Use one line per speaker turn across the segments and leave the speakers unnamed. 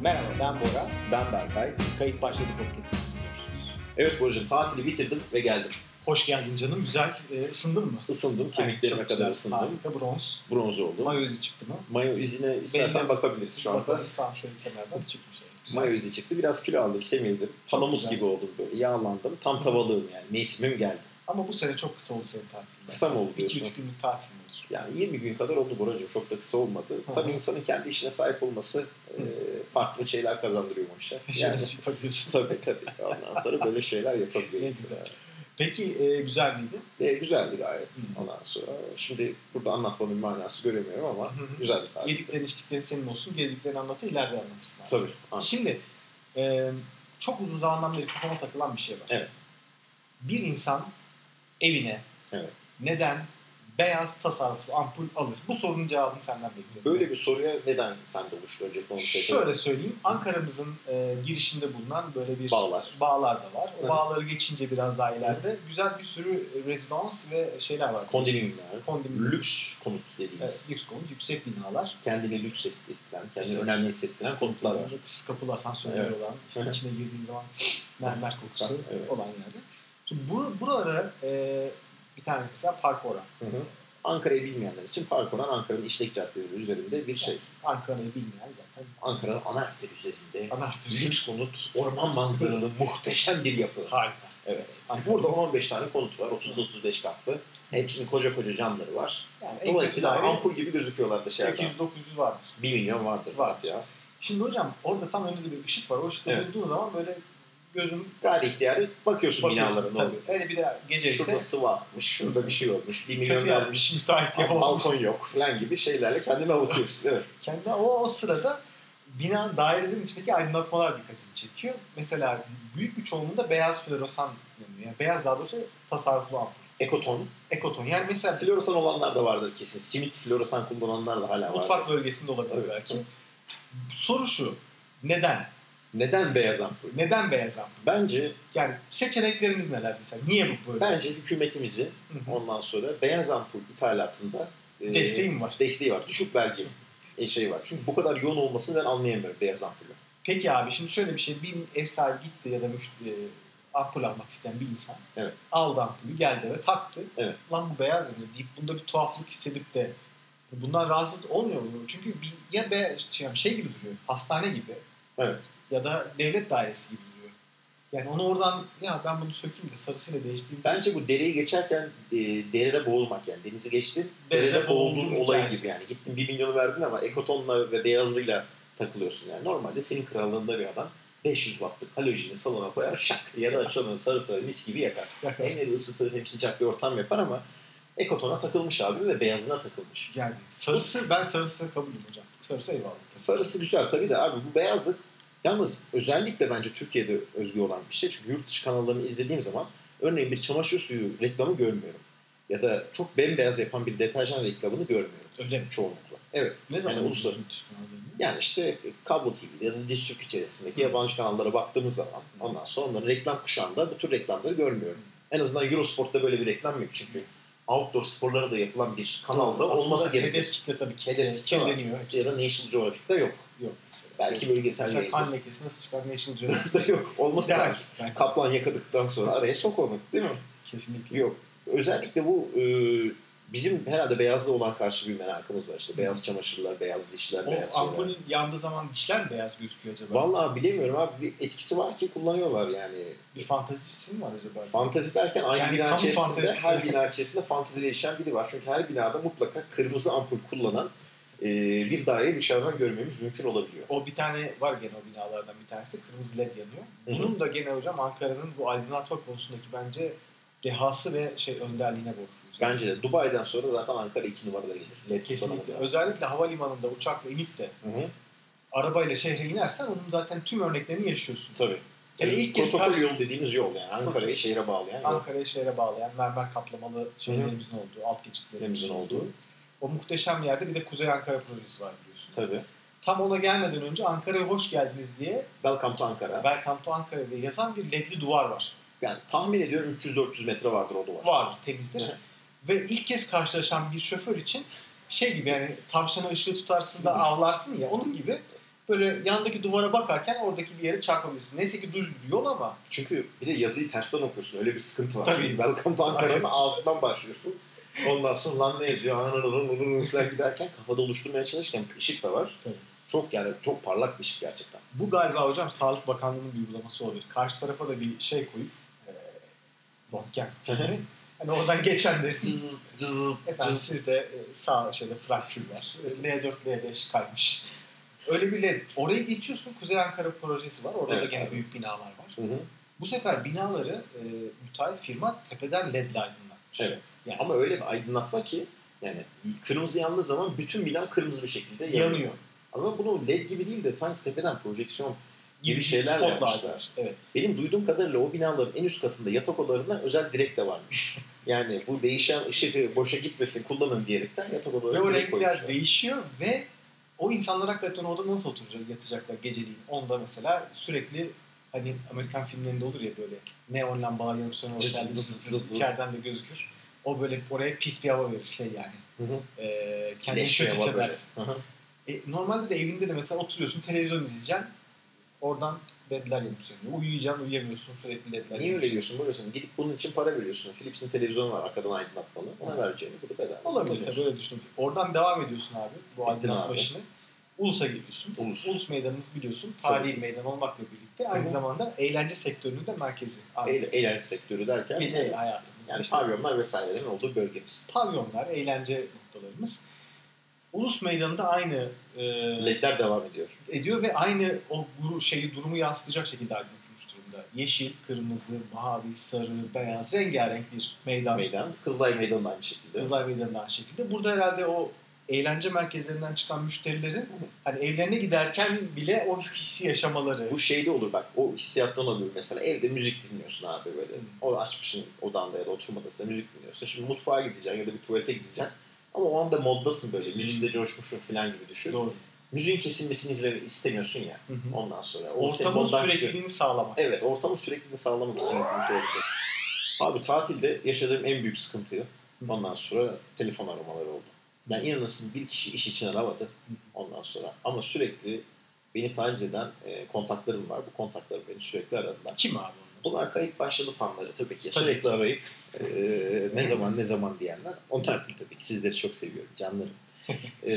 Merhaba ben Bora.
Ben Berkay.
Kayıt başladı podcast'ı dinliyorsunuz.
Evet Boracığım tatili bitirdim ve geldim.
Hoş geldin canım. Güzel. Ee, ısındın mı?
Isındım, kemiklerime
Ay, çok
kadar
güzel.
ısındım.
Harika. Bronz.
Bronz oldum.
Mayo izi çıktı mı?
Mayo izine istersen
Benim-
bakabiliriz şu anda.
Bakalım, Tamam şöyle kenardan çıkmış. Güzel.
Mayo izi çıktı. Biraz kilo aldım, semirdim. Palamut
güzel.
gibi oldum böyle. Yağlandım. Tam tavalığım yani. Mevsimim geldi.
Ama bu sene çok kısa oldu senin tatilin.
Kısa mı oldu
2-3
diyorsun?
günlük tatil mi olur?
Yani 20 gün kadar oldu Boracığım. Çok da kısa olmadı.
Hı hı.
Tabii insanın kendi işine sahip olması e, farklı şeyler kazandırıyor bu işe. Yani,
Şöyle bir şey diyorsun.
tabii tabii. Ondan sonra böyle şeyler yapabiliyor.
Ne
insan.
güzel. Peki e, güzel miydi?
E, güzeldi gayet.
Hı.
Ondan sonra şimdi burada anlatmanın manası göremiyorum ama
Hı hı.
güzel bir tatil.
Yediklerin içtiklerin senin olsun. Gezdiklerini anlatı ileride anlatırsın. abi.
Tabii. Aynen.
Şimdi e, çok uzun zamandan beri kafama takılan bir şey var.
Evet.
Bir insan evine
Evet.
neden beyaz tasarruflu ampul alır? Bu sorunun cevabını senden bekliyorum.
Böyle bir şey soruya neden sen de oluştu önce konuşalım.
Şöyle söyleyeyim. Ankara'mızın e, girişinde bulunan böyle bir
Bağlar.
bağlar da var. O
Hı.
bağları geçince biraz daha ileride güzel bir sürü rezidans ve şeyler var.
Kondominiumlar,
Kondominium.
lüks konut dediğimiz.
Evet, lüks konut, yüksek binalar.
Kendini lüks hissettiren, kendini
Evet.
önemli hissettiren konutlar var.
Kıs kapılı asansörleri
Evet.
olan,
Hı
işte
hı.
içine girdiğin zaman mermer kokusu
Evet.
olan yerde. Şimdi bu, buralara e, bir tanesi mesela Parkora.
Hı hı. Ankara'yı bilmeyenler için Park Oran Ankara'nın işlek caddeleri üzerinde bir şey.
Ankara'yı bilmeyen zaten
Ankara'nın ana arter üzerinde
anahtarı.
lüks konut, orman manzaralı muhteşem bir yapı.
Harika.
Evet. Hani
Ankara'da.
Burada 15 tane konut var. 30-35 katlı. Hepsinin koca koca camları var.
Yani en kötü
Dolayısıyla
daire
ampul gibi şey gözüküyorlar dışarıdan.
800-900 vardır.
1 milyon vardır.
Var.
rahat ya.
Şimdi hocam orada tam önünde bir ışık var. O ışıkta
Evet.
durduğun zaman böyle gözün
Gayri ihtiyari bakıyorsun,
bakıyorsun
binaların
tabii.
tabii.
Hele bir de gece ise
Şurada sıvı akmış, şurada bir şey olmuş, bir milyon
kötü
vermiş,
yapmış, müteahhit yapamamış.
balkon yok falan gibi şeylerle kendini avutuyorsun. Evet.
Kendine o, o sırada bina dairelerin içindeki aydınlatmalar dikkatini çekiyor. Mesela büyük bir çoğunluğunda beyaz floresan yanıyor. Yani beyaz daha doğrusu tasarruflu ampul.
Ekoton.
Ekoton. Yani mesela
Floresan olanlar da vardır kesin. Simit floresan kullananlar da hala vardır.
mutfak bölgesinde olabilir
Evet.
belki. Soru şu. Neden?
Neden beyaz ampul?
Neden beyaz ampul?
Bence
Yani seçeneklerimiz neler mesela? Niye bu böyle?
bence hükümetimizin
Hı hı.
ondan sonra beyaz ampul ithalatında e,
Desteği mi var?
desteği var. Düşük vergi e, şey var. Çünkü bu kadar yoğun olmasını ben anlayamıyorum beyaz ampulü.
Peki abi şimdi şöyle bir şey. Bir ev sahibi gitti ya da müşteri e, ampul almak isteyen bir insan.
Evet.
Aldı ampulü geldi ve taktı.
Evet.
Lan bu beyaz yanıyor deyip bunda bir tuhaflık hissedip de bundan rahatsız olmuyor mu? Çünkü bir, ya be, şey, şey gibi duruyor. Hastane gibi
Evet.
ya da devlet dairesi gibi duruyor. Yani onu oradan ya ben bunu sökeyim de sarısıyla değiştireyim.
Bence bu dereyi geçerken e, derede boğulmak yani denizi geçtin
Derede
derede boğuldun
boğuldun
olayı
hikayesi.
gibi yani. Gittin bir milyonu verdin ama ekotonla ve beyazıyla takılıyorsun yani. Normalde senin krallığında bir adam 500 wattlık halojeni salona koyar şak diye de açılanın sarı sarı mis gibi yakar.
Yakar.
hem evi ısıtır hem sıcak bir ortam yapar ama ekotona takılmış abi ve beyazına takılmış.
Yani sarısı ben sarısı kabulüm hocam. Sarısı eyvallah.
Sarısı güzel tabii de abi bu beyazlık yalnız özellikle bence Türkiye'de özgü olan bir şey. Çünkü yurt dışı kanallarını izlediğim zaman örneğin bir çamaşır suyu reklamı görmüyorum. Ya da çok bembeyaz yapan bir deterjan reklamını görmüyorum
Öyle mi?
çoğunlukla. Evet.
Ne zaman
yani,
yani
uluslararası- yani işte kablo TV'de ya da diş Türk içerisindeki yabancı kanallara baktığımız zaman ondan sonra onların reklam kuşağında bu tür reklamları görmüyorum. En azından Eurosport'ta böyle bir reklam yok çünkü. Outdoor sporlara da yapılan bir kanalda olması
Hedef
gerekir.
kitle tabii ki.
Hedef kitle var.
çevreniyor. hepsi.
Ya da National Geographic'te yok.
Yok mesela.
Belki bölgesel
Mesela
yayın.
kan lekesi nasıl çıkar National
da yok. Olması lazım.
Yani
Kaplan yakadıktan sonra araya sok onu değil mi?
kesinlikle.
Yok. Özellikle bu e, bizim herhalde beyazlı olan karşı bir merakımız var. İşte beyaz çamaşırlar, beyaz dişler, beyaz
O
şeyler.
ampulün yandığı zaman dişler mi beyaz gözüküyor acaba?
Vallahi bilemiyorum abi. Bir etkisi var ki kullanıyorlar yani.
bir fantezisi mi var acaba?
Fantezi derken aynı
Yani
bina
kamu
içerisinde
fantezisi.
her bina içerisinde fanteziyle yaşayan biri var. Çünkü her binada mutlaka kırmızı ampul kullanan e, bir daire dışarıdan görmemiz mümkün olabiliyor.
o bir tane var gene o binalardan bir tanesi de kırmızı led yanıyor.
Hı hı.
Bunun da gene hocam Ankara'nın bu aydınlatma konusundaki bence dehası ve şey önderliğine borçluyuz.
Bence de Dubai'den sonra zaten Ankara 2 numarada gelir. Net
kesinlikle.
kullanımda.
Özellikle havalimanında uçakla inip de
Hı hı.
arabayla şehre inersen onun zaten tüm örneklerini yaşıyorsun.
Tabii.
Hele
Yani
ilk kez
protokol
karşı-
yol dediğimiz yol yani. Ankara'yı şehre bağlayan yol.
Ankara'yı şehre bağlayan mermer kaplamalı şeylerimizin olduğu, alt
Denimizin
geçitlerimizin
olduğu.
O muhteşem yerde bir de Kuzey Ankara projesi var biliyorsun.
Tabii.
Tam ona gelmeden önce Ankara'ya hoş geldiniz diye
Welcome to Ankara.
Welcome to Ankara diye yazan bir ledli duvar var.
Yani tahmin ediyorum 300-400 metre vardır o duvar.
Var temizdir.
Evet.
Ve ilk kez karşılaşan bir şoför için şey gibi yani tavşana ışığı tutarsın da avlarsın ya onun gibi böyle yandaki duvara bakarken oradaki bir yere çarpabilirsin. Neyse ki düz bir yol ama
Çünkü bir de yazıyı tersten okuyorsun. Öyle bir sıkıntı var.
Tabii.
Şimdi Welcome to Ankara'nın ağzından başlıyorsun. Ondan sonra lan ne yazıyor? Ananın giderken kafada oluşturmaya çalışırken bir ışık da var.
Tabii.
Çok yani çok parlak bir ışık gerçekten.
bu galiba hocam Sağlık Bakanlığı'nın bir uygulaması olabilir. Karşı tarafa da bir şey koyup e, röntgen filmi. hani oradan geçenleri
Cız cız
Efendim
cız.
sizde e, sağ şeyde fraktürler. E, L4, L5 kaymış. Öyle bir led. Oraya geçiyorsun. Kuzey Ankara projesi var. Orada da
Evet,
gene
abi.
büyük binalar var.
Hı hı.
Bu sefer binaları e, müteahhit firma tepeden ledle aydınlatmış.
Evet.
Yani
Ama öyle bir aydınlatma ki yani kırmızı yandığı zaman bütün bina kırmızı bir şekilde yanıyor.
yanıyor.
Ama bunu led gibi değil de sanki tepeden projeksiyon gibi
Bir
şeyler
spotla
yapmışlar.
aydınlatmış. Evet.
Benim duyduğum kadarıyla o binaların en üst katında yatak odalarına özel direk de varmış. Yani bu değişen ışık boşa gitmesin kullanın diyerekten yatak
Ve
odalarına
o
direk
renkler
koymuşlar.
değişiyor ve o insanlar hakikaten orada nasıl oturacak, yatacaklar geceliğin. Onda mesela sürekli hani Amerikan filmlerinde olur ya böyle neon lambalar yanıp sönen
Cız
otelde
cız cız cız.
içeriden de gözükür. O böyle oraya pis bir hava verir şey yani.
Hı hı.
Ee, kendini
Leş bir
kötü
hava böyle.
hissedersin.
Hı hı.
E, normalde de evinde de mesela oturuyorsun televizyon izleyeceksin. Oradan dediler yanıp sönüyor. Uyuyacaksın uyuyamıyorsun sürekli dediler.
Niye öyle diyorsun? Böylesin. Gidip bunun için para veriyorsun. Philips'in televizyonu var arkadan aydınlatmalı. Ona
Hı.
vereceğini bunu bedava.
Olabilir
kullanıyorsun.
tabii öyle düşünüyorum. Oradan devam ediyorsun abi bu
Gittin
aydınlat
abi.
başını. Ulus'a gidiyorsun.
Ulus.
meydanımız biliyorsun tarihi meydan olmakla birlikte aynı
Hı.
zamanda eğlence sektörünün de merkezi. Abi,
Eğlen- Eğlence sektörü derken
Gece hayatımız.
yani
işte
pavyonlar vesairelerin olduğu bölgemiz.
pavyonlar, eğlence noktalarımız. Ulus meydanında aynı e,
Ledler devam ediyor.
ediyor ve aynı o guru, şeyi durumu yansıtacak şekilde aydınlatılmış durumda. Yeşil, kırmızı, mavi, sarı, beyaz, rengarenk bir meydan.
Meydan. Kızılay Meydanı da aynı şekilde.
Kızılay Meydanı'nda aynı şekilde. Burada herhalde o eğlence merkezlerinden çıkan müşterilerin hani evlerine giderken bile o hissi yaşamaları.
Bu şeyde olur bak o hissiyattan olur mesela evde müzik dinliyorsun abi böyle. O açmışsın odanda ya da oturma odasında müzik dinliyorsun. Şimdi mutfağa gideceksin ya da bir tuvalete gideceksin. Ama o anda moddasın böyle. Müzikle coşmuşsun falan gibi düşün.
Doğru.
Müziğin kesilmesini izle istemiyorsun ya.
Hı hı.
Ondan sonra. o senin
Ortamın
moddan çıkıyor.
sürekliliğini sağlamak.
Evet ortamın sürekliliğini sağlamak için yapılmış olacak. Abi tatilde yaşadığım en büyük sıkıntıyı
Hı.
ondan sonra telefon aramaları oldu. Ben inanırsın bir kişi iş için aramadı ondan sonra. Ama sürekli beni taciz eden e, kontaklarım var. Bu kontaklarım beni sürekli aradılar.
Kim abi onlar?
Bunlar kayıt başladı fanları tabii ki.
Tabii.
Sürekli arayıp e, ne zaman ne zaman diyenler. Onlar değil tabii ki. Sizleri çok seviyorum canlarım. e,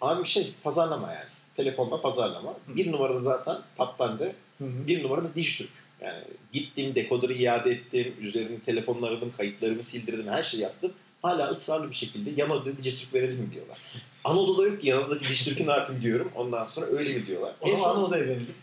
abi bir şey pazarlama yani. Telefonla pazarlama. Bir numarada zaten taptan de
Hı hı.
bir numarada Dijitürk. Yani gittim, dekodarı iade ettim, üzerini telefonla aradım, kayıtlarımı sildirdim, her şeyi yaptım. Hala ısrarlı bir şekilde yan odada Dijitürk verelim mi diyorlar. Anadolu'da yok ki yan odadaki Dijitürk'ü ne yapayım diyorum. Ondan sonra öyle mi diyorlar.
O
En
zaman
son
odaya verelim.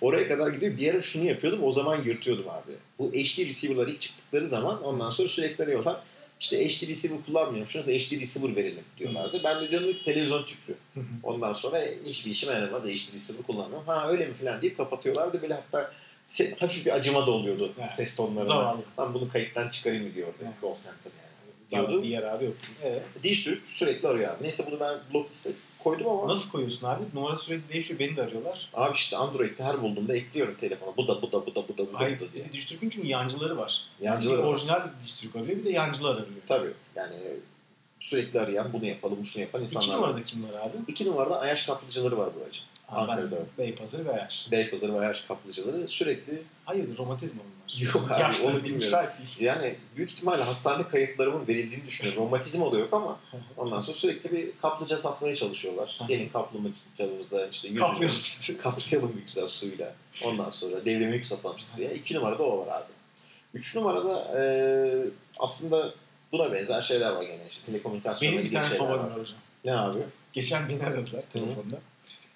oraya kadar gidiyor. Bir ara şunu yapıyordum, o zaman yırtıyordum abi. Bu HD receiver'lar ilk çıktıkları zaman ondan sonra sürekli arıyorlar. İşte HD receiver kullanmıyormuşsunuz, HD receiver verelim diyorlardı. Ben de diyorum ki televizyon tüplü.
Hı hı.
Ondan sonra hiçbir işime yaramaz. HD receiver kullanmıyorum. Ha öyle mi falan deyip kapatıyorlardı. Böyle hatta se- hafif bir acıma da oluyordu
Yani,
ses tonlarına.
zavallı.
Lan bunu kayıttan çıkarayım mı diyordu.
Yani.
Call center yani.
Diyordu.
Diyordu.
Bir yararı yok. Evet.
Dijitürk sürekli arıyor abi. Neyse bunu ben blok liste koydum ama
Nasıl koyuyorsun abi? Numara sürekli değişiyor. Beni de arıyorlar.
abi işte Android'de her bulduğumda ekliyorum telefona. Bu da bu da bu da bu da bu da,
Hayır.
bu da
Bir
diye.
de Dijitürk'ün çünkü yancıları var.
Yancıları
bir
var.
orijinal Dijitürk arıyor bir de yancılar arıyor.
Tabii yani sürekli arayan bunu yapalım şunu yapan insanlar.
İki
var.
numarada kim var abi?
İki numarada Ayaş kaplıcaları var buracığım.
Aa, ben
Ankara'da.
Beypazarı ve Ayaş.
Beypazarı ve Ayaş kaplıcaları sürekli
Hayır romatizma mı var?
Yok abi,
Yaşlı,
onu bilmiyorum.
müsait değil.
Yani büyük ihtimalle hastane kayıtlarımın verildiğini düşünüyorum. Romatizma da yok ama ondan sonra sürekli bir kaplıca satmaya çalışıyorlar.
Hı hı.
Gelin kaplıcamızda işte yüzünü
Kaplıyorum sizi.
kaplayalım bir güzel suyla. Ondan sonra devrimi yük satalım size diye. İki numarada o var abi. Üç numarada e, aslında buna benzer şeyler var gene. İşte telekomünikasyonla
Benim bir
ilgili
tane
şeyler
favorim
var.
var hocam.
Ne abi?
Geçen beni aradılar telefonda.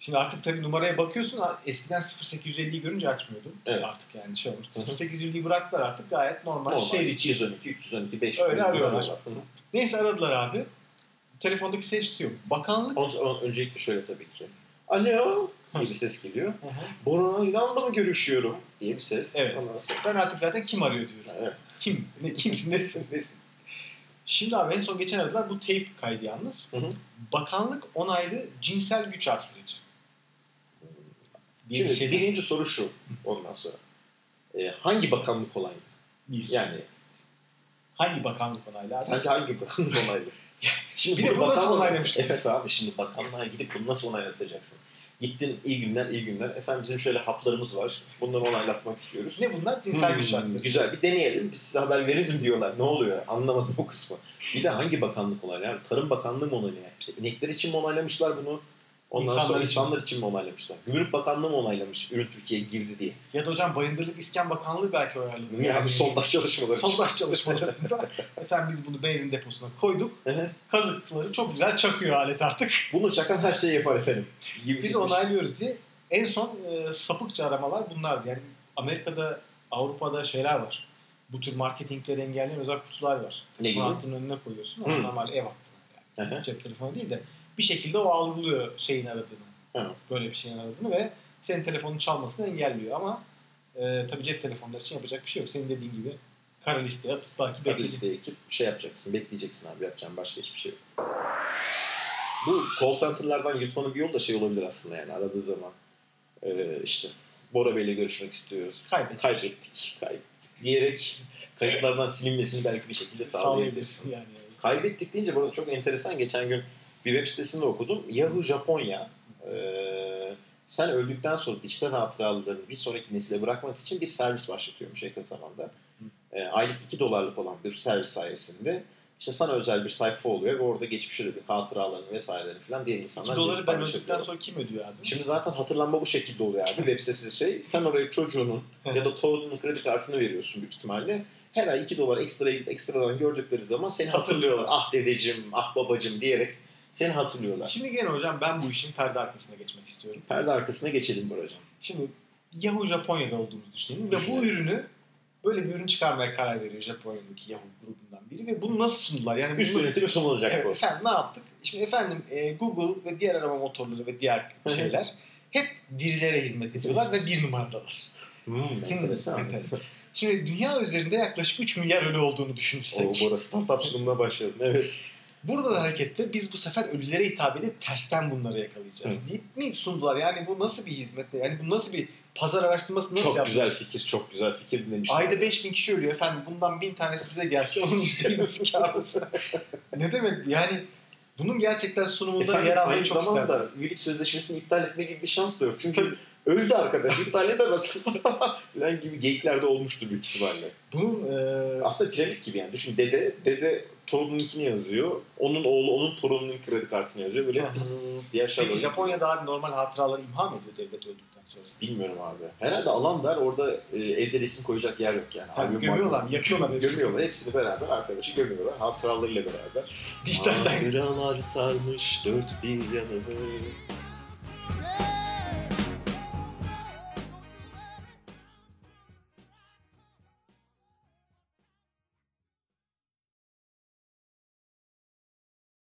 Şimdi artık tabii numaraya bakıyorsun. a- Eskiden 0850'yi görünce açmıyordum.
Evet.
Artık yani şey olmuş. 0850'yi bıraktılar artık gayet normal,
Normal.
şehir içi.
212, 312, 500.
Öyle arıyorlar.
Hı hı.
Neyse aradılar abi. Telefondaki ses yok. Bakanlık.
Ondan sonra öncelikle şöyle tabii ki. Alo diye bir ses geliyor.
Hı hı.
Bora Yunan'la mı görüşüyorum diye bir ses.
Evet.
Ondan sonra-
ben artık zaten kim arıyor diyorum.
Evet.
Kim? Ne, kimsin? Nesin? Nesin? Şimdi abi en son geçen aradılar. Bu tape kaydı yalnız.
Hı hı.
Bakanlık onaylı cinsel güç arttırıcı. Diye
Şimdi
bir şey
birinci soru şu ondan sonra. Ee, hangi bakanlık olaydı?
Bir-
Yani
Hangi bakanlık onaylı abi?
sence hangi bakanlık olaydı? Şimdi
Bir de
bunu
bunu nasıl
bakanlığa-
onaylamışlar?
Evet abi şimdi bakanlığa gidip bunu nasıl onaylatacaksın? Gittin iyi günler iyi günler. Efendim bizim şöyle haplarımız var. Bunları onaylatmak istiyoruz.
Ne bunlar? Cinsel
Hmm,
güç hakları.
Güzel bir deneyelim. Biz size haber veririz mi diyorlar. Ne oluyor? Anlamadım o kısmı. Bir de hangi bakanlık onaylı? abi? Tarım Bakanlığı mı onaylı? İşte inekler için mi onaylamışlar bunu? Ondan
İnsanlar
sonra
için.
insanlar için mi onaylamışlar? Gümrük Bakanlığı mı onaylamış? Ürün Türkiye'ye girdi diye.
Ya da hocam Bayındırlık İskan Bakanlığı belki ayarladı.
Yani, sondaj çalışmaları için.
sondaj çalışmalarında efendim biz bunu benzin deposuna koyduk.
Hı hı.
Kazıkları çok güzel çakıyor alet artık.
Bunu çakan her şeyi yapar efendim. Gibi şey.
Biz onaylıyoruz diye. En son e, sapıkça aramalar bunlardı. Yani Amerika'da, Avrupa'da şeyler var. Bu tür marketingleri engelleyen özel kutular var.
Ne gibi?
Bunu hattının önüne koyuyorsun. ama
Hı.
Normal ev hattına.
Hı hı.
Yani. Cep telefonu değil de bir şekilde o algılıyor şeyin aradığını.
Hı.
Böyle bir şeyin aradığını ve senin telefonun çalmasını engelliyor ama e, tabii cep telefonları için yapacak bir şey yok. Senin dediğin gibi kara listeye atıp takip
Tabii
edip
listeye ekip şey yapacaksın, bekleyeceksin abi yapacağın başka hiçbir şey yok. Bu call center'lardan yırtmanın bir yolu da şey olabilir aslında yani aradığı zaman. Ee, işte Bora Bey'le görüşmek istiyoruz.
kaybet.
Kaybettik, kaybettik diyerek kayıtlardan silinmesini belki bir şekilde sağlayabilirsin.
Sağlayabilirsin yani.
Kaybettik deyince bu arada çok enteresan. Geçen gün bir web sitesinde okudum. Yahoo Japonya ee, sen öldükten sonra dijital hatıralarını bir sonraki nesile bırakmak için bir servis başlatıyormuş yakın zamanda. E, aylık 2 dolarlık olan bir servis sayesinde işte sana özel bir sayfa oluyor ve orada geçmişe dönük hatıralarını vesairelerini falan diğer
2
insanlar
doları
görüp
ben
paylaşabiliyor.
öldükten sonra kim ödüyor abi?
Şimdi zaten hatırlanma bu şekilde oluyor abi. Web sitesi şey. Sen oraya çocuğunun ya da torununun kredi kartını veriyorsun büyük ihtimalle. Her ay 2 dolar ekstra ekstradan gördükleri zaman seni hatırlıyorlar. Ah dedeciğim, ah babacığım diyerek seni hatırlıyorlar.
Şimdi gene hocam ben bu işin perde arkasına geçmek istiyorum.
Perde arkasına geçelim Buracığım.
Şimdi Yahoo Japonya'da olduğumuzu düşünelim ve bu
Düşünelim.
ürünü böyle bir ürün çıkarmaya karar veriyor Japonya'daki Yahoo grubundan biri ve bunu nasıl sundular? Yani
Üst
bunu-
yönetime sunulacak
Evet,
bu.
efendim ne yaptık? Şimdi efendim e, Google ve diğer arama motorları ve diğer
Hı hı.
şeyler hep dirilere hizmet ediyorlar ve bir numaradalar.
Hmm, enteresan.
enteresan. Şimdi dünya üzerinde yaklaşık 3 milyar ölü olduğunu
O
düşünürsek.
Bora startup sunumuna başladın. Evet.
Burada da hareketle biz bu sefer ölülere hitap edip tersten bunları yakalayacağız deyip mi sundular? Yani bu nasıl bir hizmet? Yani bu nasıl bir pazar araştırması nasıl
çok
yapmış?
güzel fikir, çok güzel fikir demiştim.
Ayda 5000 kişi ölüyor efendim. Bundan 1000 tanesi bize gelse onun %20'si kâr olsa. ne demek yani bunun gerçekten sunumunda
Efendim,
yer almayı
aynı
çok
zamanda
isterdim.
üyelik sözleşmesini iptal etme gibi bir şans da yok. Çünkü
Tabii.
öldü arkadaş iptal edemez falan gibi geyiklerde olmuştu büyük ihtimalle.
Bunun e,
Aslında piramit gibi yani. Düşün dede, dede torununkini yazıyor. Onun oğlu onun torununun kredi kartını yazıyor. Böyle
Hı.
hızz diye aşağı
peki
doğru.
Japonya'da abi normal hatıraları imha mı ediyor devlet öldükten sonra?
Bilmiyorum abi. Herhalde alan dar orada e, evde resim koyacak yer yok yani.
Ha,
Albüm
Hani gömüyorlar
var.
mı? Yakıyorlar mı? hepsini?
Gömüyorlar. Hepsini beraber arkadaşı gömüyorlar. Hatıralarıyla beraber.
Dijitalden.
Hatıralar sarmış dört bir yanını.
Hey,